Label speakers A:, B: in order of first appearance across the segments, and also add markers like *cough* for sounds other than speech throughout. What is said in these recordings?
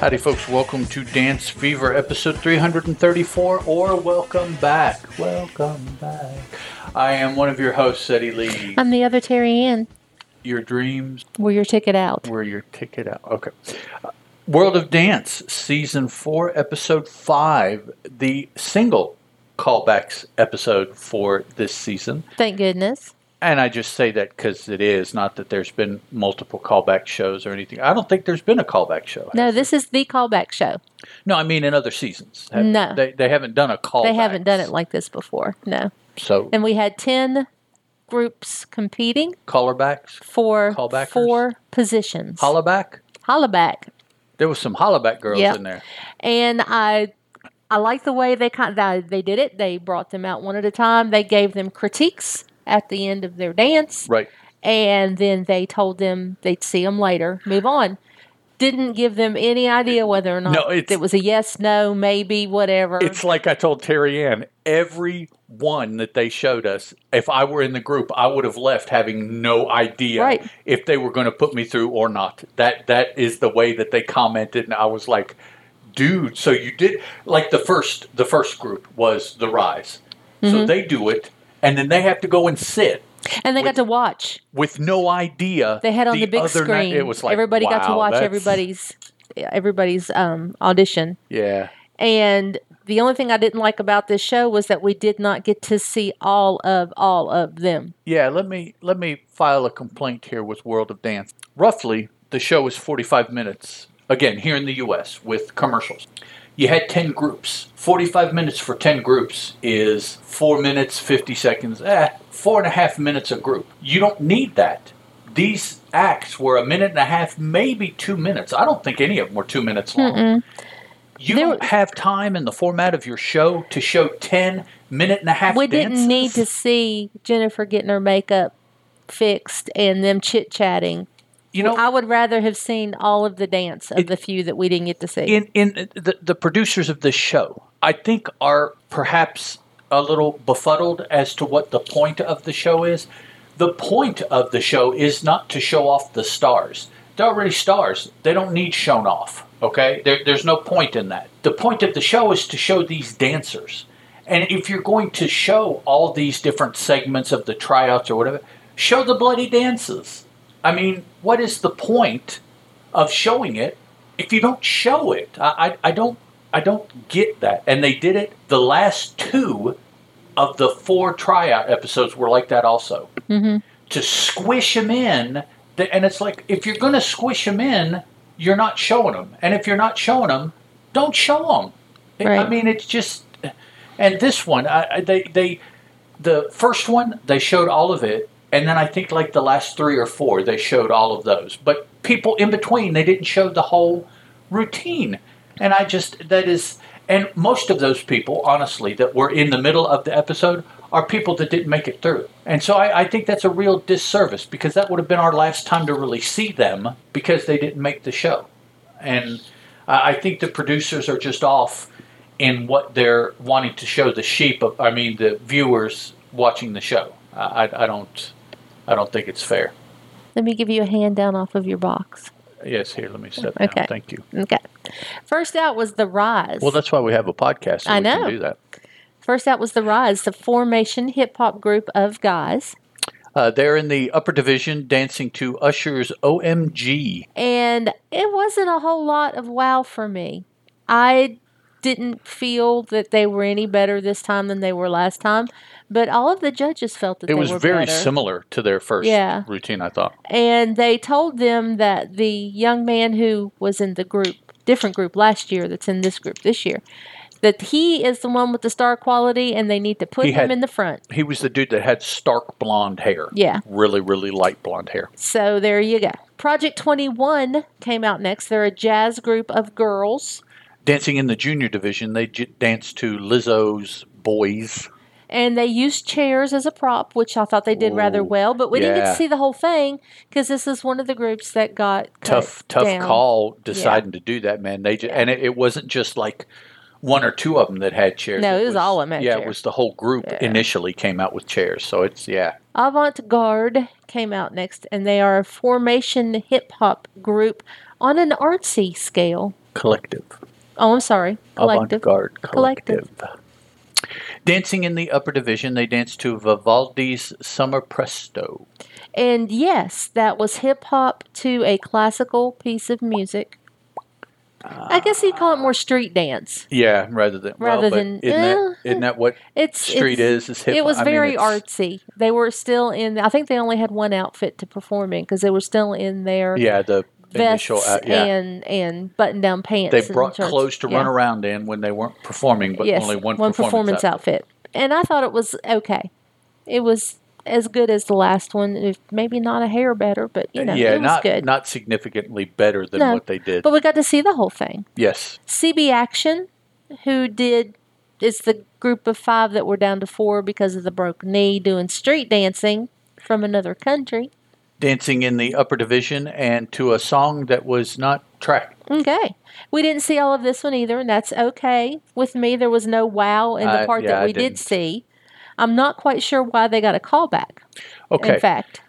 A: Howdy, folks. Welcome to Dance Fever episode 334, or welcome back. Welcome back. I am one of your hosts, Eddie Lee.
B: I'm the other Terry Ann.
A: Your dreams
B: We're your ticket out.
A: were your ticket out. Okay. Uh, World of Dance, season four, episode five, the single callbacks episode for this season.
B: Thank goodness.
A: And I just say that because it is, not that there's been multiple callback shows or anything. I don't think there's been a callback show.
B: No, this is the callback show.
A: No, I mean in other seasons. Have-
B: No.
A: they, they haven't done a callback.
B: They haven't done it like this before. No.
A: So
B: And we had 10 groups competing
A: callerbacks,
B: for
A: Callbackers?
B: four positions.
A: hollaback.
B: Hollaback.
A: There was some hollaback girls
B: Yep.
A: in there.
B: And I I like the way they kind they, they did it. They brought them out one at a time. They gave them critiques at the end of their dance.
A: Right.
B: and then they told them they'd see them later, move on. Didn't give them any idea whether or not
A: No, it's-
B: it was a yes, no, maybe, whatever.
A: It's like I told Terry Ann, every one that they showed us, if I were in the group, I would have left having no idea
B: Right.
A: if they were going to put me through or not. That that is the way that they commented and I was like, dude, so you did like the first the first group was the rise.
B: Mm-hmm.
A: So they do it and then they have to go and sit
B: and they got to watch.
A: with no idea.
B: They had on the, big
A: other
B: screen.
A: night- it was like
B: everybody got to
A: wow,
B: watch
A: that's-
B: everybody's everybody's um, audition.
A: Yeah,
B: And the only thing I didn't like about this show was that we did not get to see all of all of them.
A: yeah. Let me let me file a complaint here with World of Dance. Roughly, the show is forty-five minutes. Again, here in the U.S. with commercials, you had ten groups. Forty-five minutes for ten groups is four minutes fifty seconds. Eh, four and a half minutes a group. You don't need that. These acts were a minute and a half, maybe two minutes. I don't think any of them were two minutes long. You
B: There-
A: don't have time in the format of your show to show 10 minute and a half
B: we
A: dances.
B: didn't need to see Jennifer getting her makeup fixed and them chit chatting.
A: you know
B: I would rather have seen all of the dance of the few that we didn't get to see.
A: in in the, the producers of this show i think are perhaps a little befuddled as to what the point of the show is the point of the show is not to show off the stars they're already stars they don't need shown off okay there, there's no point in that the point of the show is to show these dancers and if you're going to show all these different segments of the tryouts or whatever show the bloody dances i mean what is the point of showing it if you don't show it. I, I, I don't I don't get that. And they did it. The last two of the four tryout episodes were like that also. Mm-hmm. To squish them in, th- and it's like if you're going to squish them in, you're not showing them. And if you're not showing them, don't show them. I
B: Right.
A: mean, it's just. And this one, I, I- they they the first one they showed all of it and then i think like the last three or four they showed all of those but people in between they didn't show the whole routine and i just that is and most of those people honestly that were in the middle of the episode are people that didn't make it through and so i, I think that's a real disservice because that would have been our last time to really see them because they didn't make the show and I I think the producers are just off in what they're wanting to show the sheep. Of, I mean, the viewers watching the show. I, I, I don't, I don't think it's fair.
B: Let me give you a hand down off of your box.
A: Yes, here, let me step down.
B: Okay.
A: Thank you.
B: Okay. First out was the rise.
A: Well, that's why we have a podcast. So
B: I
A: we
B: know.
A: Can do that.
B: First out was the rise, the formation hip hop group of guys.
A: Uh, they're in the upper division, dancing to Usher's "OMG."
B: And it wasn't a whole lot of wow for me. I didn't feel that they were any better this time than they were last time, but all of the judges felt that
A: It
B: they
A: was
B: were
A: very
B: better.
A: similar to their first
B: Yeah.
A: routine. I thought.
B: and they told them that the young man who was in the group, different group last year, that's in this group this year, that he is the one with the star quality, and they need to put
A: He
B: him
A: had-
B: in the front.
A: He was the dude that had stark blonde hair.
B: Yeah.
A: Really, really light blonde hair.
B: So there you go. Project Twenty One came out next. They're a jazz group of girls,
A: Dancing in the junior division, they j- danced to Lizzo's Boys.
B: and they used chairs as a prop, which I thought they did rather
A: Ooh,
B: well. But we didn't get
A: yeah.
B: to see the whole thing because this is one of the groups that got cut
A: Tough, tough
B: down.
A: call deciding to do that, man. They just, and it, it wasn't just like one or two of them that had chairs.
B: No, it was all of them had
A: Yeah, it
B: chairs.
A: was the whole group initially came out with chairs. So it's yeah,
B: Avant Garde came out next, and they are a formation hip hop group on an artsy scale.
A: Collective.
B: Oh, I'm sorry. Collective.
A: Avant-garde
B: Collective.
A: collective. Dancing in the upper division, they danced to Vivaldi's Summer Presto.
B: And yes, that was hip hop to a classical piece of music. I guess he'd call it more street dance.
A: Yeah, rather than well,
B: Rather
A: but
B: than-
A: isn't, that,
B: eh.
A: isn't that what
B: It's
A: street
B: it's-
A: is? Is hip?
B: It was
A: I mean,
B: very
A: it's-
B: artsy. They were still in. I think they only had one outfit to perform in because they were still in their
A: Yeah, the
B: vests
A: initial. uh, yeah,
B: and and button down pants.
A: they
B: and
A: brought
B: shorts.
A: clothes to
B: Yeah.
A: run around in when they weren't performing, but
B: yes,
A: only one,
B: performance,
A: out.
B: outfit. And I thought it was okay. It was as good as the last one. If maybe not a hair better, but you know,
A: yeah,
B: it was
A: not
B: good.
A: not significantly better than
B: No,
A: what they did.
B: but we got to see the whole thing.
A: yes,
B: CB Action, who did it's the group of five that were down to four because of the broken knee doing street dancing from another country.
A: dancing in the upper division and to a song that was not tracked.
B: Okay. We didn't see all of this one either, and that's okay with me. There was no wow in the
A: I-
B: part
A: yeah,
B: that
A: I
B: we did
A: didn't.
B: see. I'm not quite sure why they got a callback.
A: Okay,
B: In fact,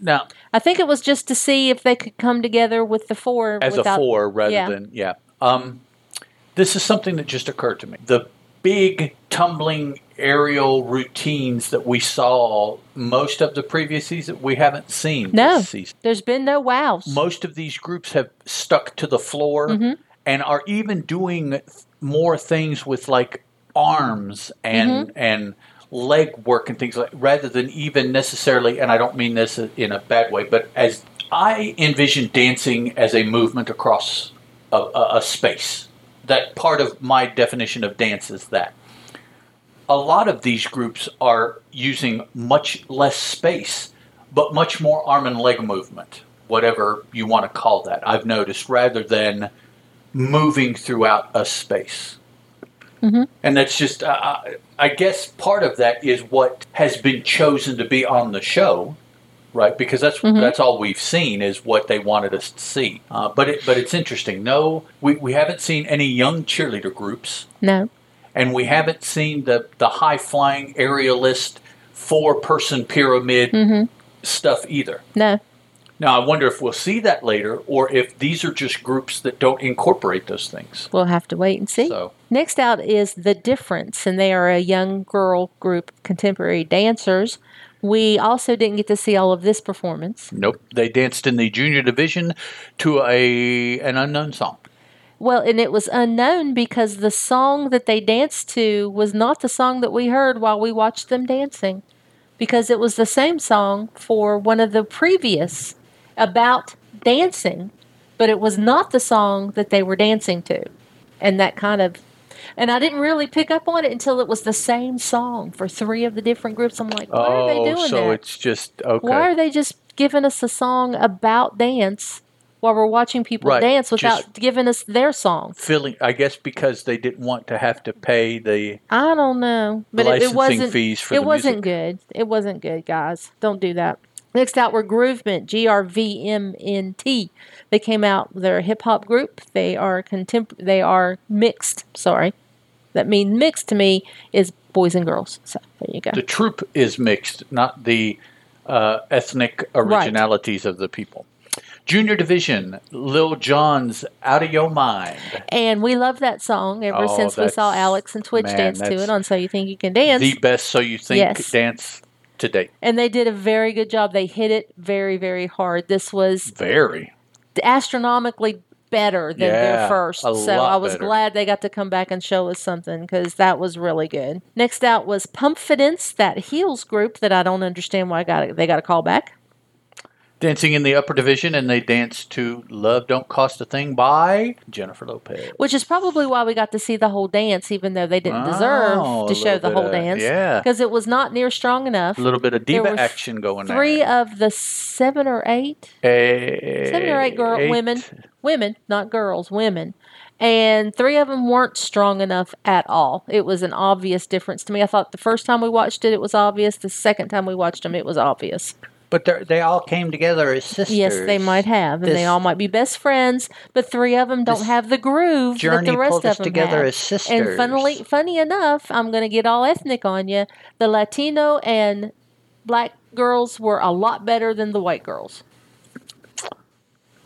A: now
B: I think it was just to see if they could come together with the four
A: as
B: without
A: a four rather
B: yeah.
A: than yeah. Um, this is something that just occurred to me. The big tumbling aerial routines that we saw most of the previous season we haven't seen
B: No.
A: this season.
B: There's been no wows.
A: most of these groups have stuck to the floor and are even doing th- more things with like arms and and leg work and things like rather than even necessarily and I don't mean this in a bad way but as I envision dancing as a movement across a, a, a space that part of my definition of dance is that a lot of these groups are using much less space, but much more arm and leg movement, whatever you want to call that, I've noticed, rather than moving throughout a space. And that's just, I I- I guess, part of that is what has been chosen to be on the show. Right, because that's that's all we've seen is what they wanted us to see. Uh, but it, but it's interesting. No, we, we haven't seen any young cheerleader groups
B: no.
A: and we haven't seen the, the high flying aerialist four person pyramid
B: Mm-hmm.
A: stuff either.
B: No.
A: Now, I wonder if we'll see that later or if these are just groups that don't incorporate those things.
B: We'll have to wait and see.
A: So,
B: Next out is The Difference, and they are a young girl group of contemporary dancers. We also didn't get to see all of this performance.
A: nope. They danced in the junior division to a an unknown song.
B: Well, and it was unknown because the song that they danced to was not the song that we heard while we watched them dancing, because it was the same song for one of the previous about dancing, but it was not the song that they were dancing to. And that kind of, and I didn't really pick up on it until it was the same song for three of the different groups. I'm like, why are they doing
A: Oh, so
B: that?
A: it's just okay.
B: Why are they just giving us a song about dance while we're watching people
A: Right,
B: dance without
A: just-
B: giving us their song?
A: Feeling, I guess, because they didn't want to have to pay the
B: I don't know, but it, it
A: licensing
B: wasn't.
A: fees for
B: it
A: the
B: wasn't good. It wasn't good, guys. Don't do that. Next out were Groovement, G R V M N T. They came out. They're a hip hop group. They are contemp. They are mixed. Sorry, that means mixed to me is boys and girls. So there you go.
A: the troop is mixed, not the uh, ethnic originalities of the people. Junior Division, Lil Jon's Out of Your Mind,
B: And we love that song ever
A: Oh,
B: since we saw
A: that's-
B: Alex and Twitch
A: man,
B: dance to
A: that's
B: it on So You Think You Can Dance.
A: the best So You Think
B: Yes.
A: dance to date.
B: and they did a very good job. They hit it very, very hard. This was
A: Very.
B: astronomically better than their
A: Yeah,
B: first.
A: a
B: So
A: lot
B: I was
A: better.
B: glad they got to come back and show us something because that was really good. Next out was Pumpfidence, that heels group that I don't understand why I got they got a call back.
A: Dancing in the upper division, and they danced to Love Don't Cost a Thing by Jennifer Lopez.
B: Which is probably why we got to see the whole dance, even though they didn't
A: Oh,
B: deserve
A: a
B: to show
A: little
B: the
A: bit
B: whole
A: of-
B: dance.
A: yeah.
B: Because it was not near strong enough.
A: A little bit of
B: There
A: diva
B: were
A: action going
B: Three
A: there.
B: of the seven or eight
A: Eh,
B: seven or eight girl women women not girls women and three of them weren't strong enough at all it was an obvious difference to me i thought the first time we watched it it was obvious the second time we watched them it was obvious
A: But they're- they all came together as sisters.
B: yes they might have and they
A: This-
B: all might be best friends but three of them don't
A: this
B: have the groove that
A: Journey
B: the rest
A: pulled
B: of
A: us
B: them
A: together
B: have.
A: as sisters.
B: and funnily, funny enough, I'm going to get all ethnic on you. The Latino and black girls were a lot better than the white girls.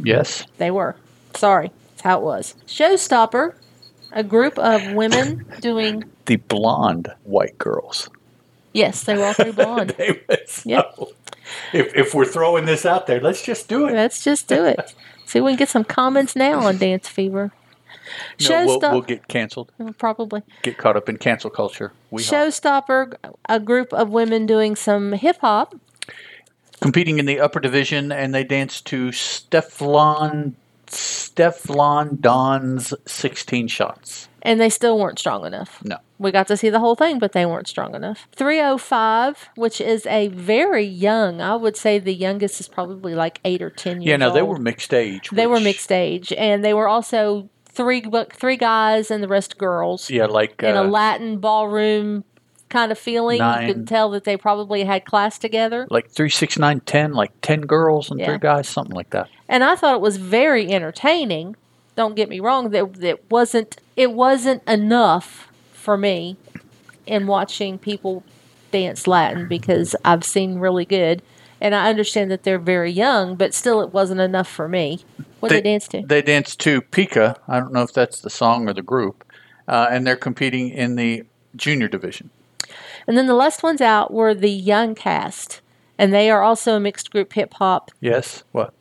A: Yes.
B: They were. Sorry. That's how it was. Showstopper, a group of women doing.
A: The blonde white girls.
B: Yes, they walk
A: *laughs*
B: through blonde.
C: *laughs* They would- so
B: Yep.
C: if, if we're throwing this out there, let's just do it.
B: Let's just do it. See, if we can get some comments now on Dance Fever.
A: No, we'll,
B: Showstop-
A: we'll get canceled.
B: probably.
A: Get caught up in cancel culture. We are
B: Showstopper, a group of women doing some hip hop.
A: competing in the upper division,
C: And they danced to Steflon Steflon Don's 16 shots.
B: and they still weren't strong enough.
C: No.
B: We got to see the whole thing, but they weren't strong enough. 305, which is a very young, I would say the youngest is probably like eight or 10 years
C: Yeah, no, they
B: old.
C: were mixed age.
B: They were
C: which-
B: mixed age, and they were also three three guys and the rest girls
C: Yeah, like
B: in a
C: uh,
B: Latin ballroom kind of feeling. You
C: Nine.
B: could tell that they probably had class together.
C: like three, six, nine, ten, like ten girls and
B: Yeah.
C: three guys, something like that.
B: and I thought it was very entertaining. Don't get me wrong; that that wasn't it wasn't enough for me in watching people dance Latin because I've seen really good, and I understand that they're very young, but still, it wasn't enough for me. What they,
A: They-
B: they dance to?
A: They danced to Pika. I don't know if that's the song or the group. Uh, and they're competing in the junior division.
B: And then the last ones out were the Young Cast, and they are also a mixed group hip hop.
A: Yes. What?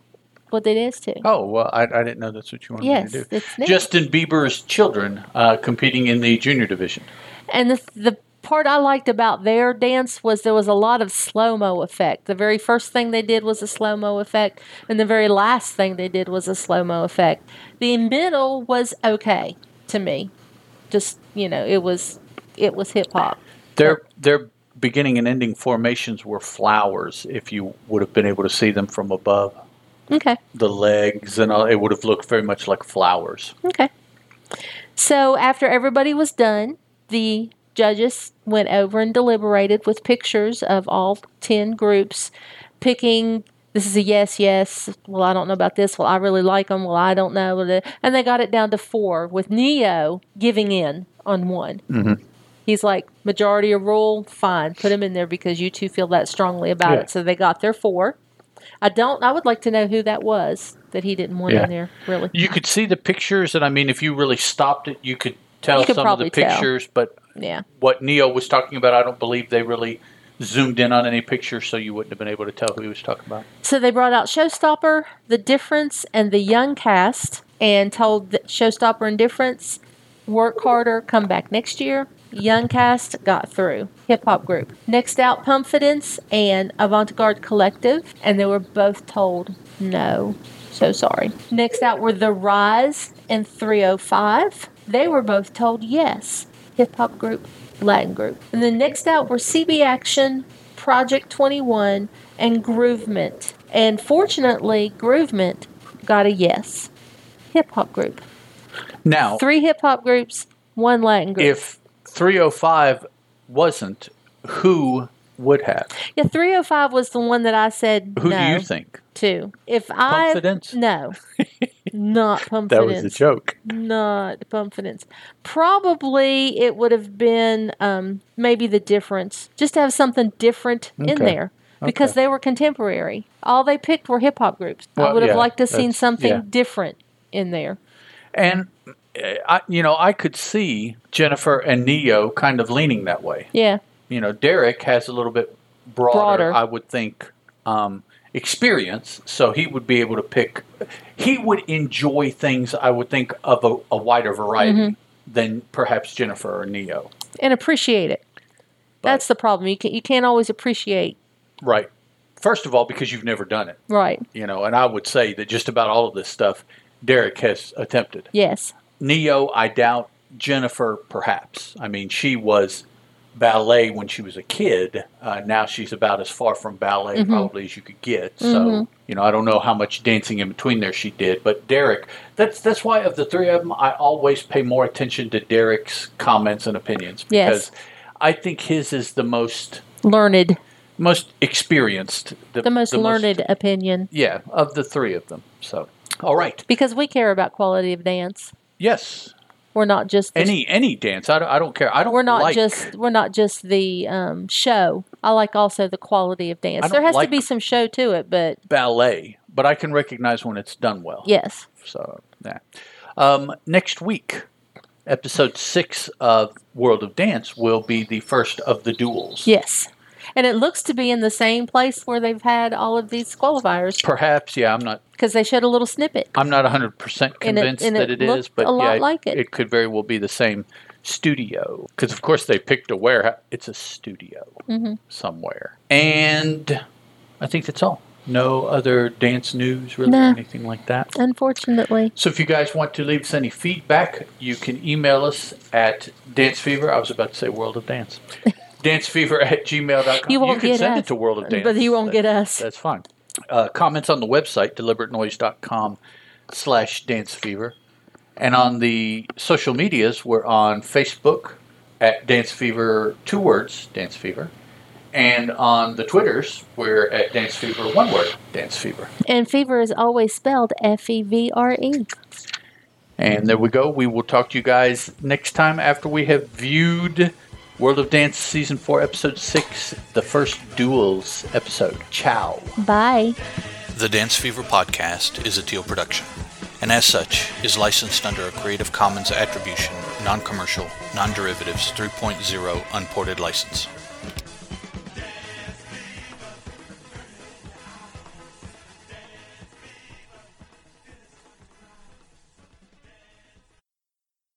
B: What they dance to?
A: Oh, well, I, I didn't know that's what you wanted
B: yes,
A: me to do.
B: it's neat.
A: Justin Bieber's children uh, competing in the junior division.
B: And the, the part I liked about their dance was there was a lot of slow mo effect. The very first thing they did was a slow mo effect, and the very last thing they did was a slow mo effect. The middle was okay to me. Just you know, it was it was hip hop.
A: Their their beginning and ending formations were flowers. If you would have been able to see them from above,
B: Okay,
A: the legs and all, it would have looked very much like flowers.
B: okay. So after everybody was done, the judges went over and deliberated with pictures of all 10 groups, picking this is a yes, yes. Well, I don't know about this. Well, I really like them. Well, I don't know. And they got it down to four with Neo giving in on one.
A: Mm-hmm.
B: He's like, majority of rule, fine, put him in there because you two feel that strongly about
A: Yeah.
B: it. So they got their four. I don't, I would like to know who that was that he didn't want
A: Yeah.
B: in there, really.
A: You could see the pictures, and I mean, if you really stopped it, you could tell
B: You could
A: some of the
B: probably tell.
A: pictures. But
B: Yeah.
A: what Neo was talking about, I don't believe they really zoomed in on any pictures, so you wouldn't have been able to tell who he was talking about.
B: So they brought out Showstopper, The Difference, and The Young Cast, and told that Showstopper and Difference, work harder, come back next year. Young Cast got through. Hip hop group. Next out, Pumpfidence and Avant Garde Collective, and they were both told no. So sorry. Next out were The Rise and 305. They were both told yes. Hip hop group, Latin group. And then next out were CB Action, Project 21, and Groovement. And fortunately, Groovement got a yes. Hip hop group.
A: Now,
B: Three hip hop groups, one Latin group.
A: if 305 wasn't, who would have?
B: yeah, 305 was the one that I said
A: Who
B: no
A: do you think?
B: to. If I
A: Pumpfidence? *laughs*
B: no, not Pumpfidence.
A: joke.
B: Not Pumpfidence. Probably it would have been um, maybe the difference, just to have something different in
A: Okay.
B: there. Because they were contemporary. All they picked were hip hop groups. I
A: Well,
B: would have
A: yeah,
B: liked to have seen
A: that's-
B: something
A: yeah.
B: different in there.
A: And uh, I, you know, I could see Jennifer and Neo kind of leaning that way.
B: Yeah.
A: You know, Derek has a little bit broader,
B: Broader.
A: I would think, um, experience, so he would be able to pick. He would enjoy things, I would think, of a, a wider variety than perhaps Jennifer or Neo.
B: And appreciate it. That's the problem. You, can, you can't always appreciate.
A: Right. First of all, because you've never done it,
B: Right.
A: you know, and I would say that just about all of this stuff, Derek has attempted.
B: Yes.
A: Neo, I doubt. Jennifer, perhaps. I mean, she was ballet when she was a kid. Uh, now she's about as far from ballet
B: Mm-hmm.
A: probably as you could get. So, you know, I don't know how much dancing in between there she did. But Derek, that's that's why of the three of them, I always pay more attention to Derek's comments and opinions
B: Yes.
A: because I think his is the most
B: Learned.
A: most experienced,
B: The most learned opinion.
A: yeah, of the three of them. So, all right,
B: Because we care about quality of dance.
A: yes.
B: We're not just the
A: Any any dance, I don't, I don't care. I don't.
B: we're not
A: like-
B: just we're not just the um, show. I like also the quality of dance.
A: don't
B: There has
A: like-
B: to be some show to it, but
A: ballet, but I can recognize when it's done well.
B: yes,
A: So, yeah. Um, next week, episode six of World of Dance will be the first of the duels.
B: Yes. And it looks to be in the same place where they've had all of these qualifiers
A: Perhaps, yeah, I'm not.
B: because they showed a little snippet.
A: I'm not 100%
B: And it-
A: convinced
B: and
A: that
B: it
A: it is,
B: looked
A: but
B: a lot
A: yeah,
B: like it.
A: could very well be the same studio because, of course, they picked a warehouse. It's a studio
B: Mm-hmm.
A: somewhere, and I think that's all. No other dance news, really,
B: Nah.
A: or anything like that.
B: Unfortunately.
A: So, if you guys want to leave us any feedback, you can email us at dancefever. I was about to say World of Dance.
B: *laughs*
A: dancefever at gmail.com.
B: You won't
A: can
B: get
A: send
B: us,
A: it to World of Dance.
B: But you won't
A: That-
B: get us.
A: that's fine. Uh, comments on the website, deliberatenoise.com slash dance fever. And on the social medias, we're on Facebook at Dance Fever, two words, Dance Fever. And on the Twitters, we're at Dance Fever, one word, Dance Fever.
B: And fever is always spelled F E V R E.
A: And there we go. We will talk to you guys next time after we have viewed World of Dance Season 4, Episode 6, the first duels episode. Ciao.
B: Bye.
D: The Dance Fever podcast is a teal production, and as such, is licensed under a Creative Commons Attribution, Non Commercial, Non Derivatives 3.0 Unported License.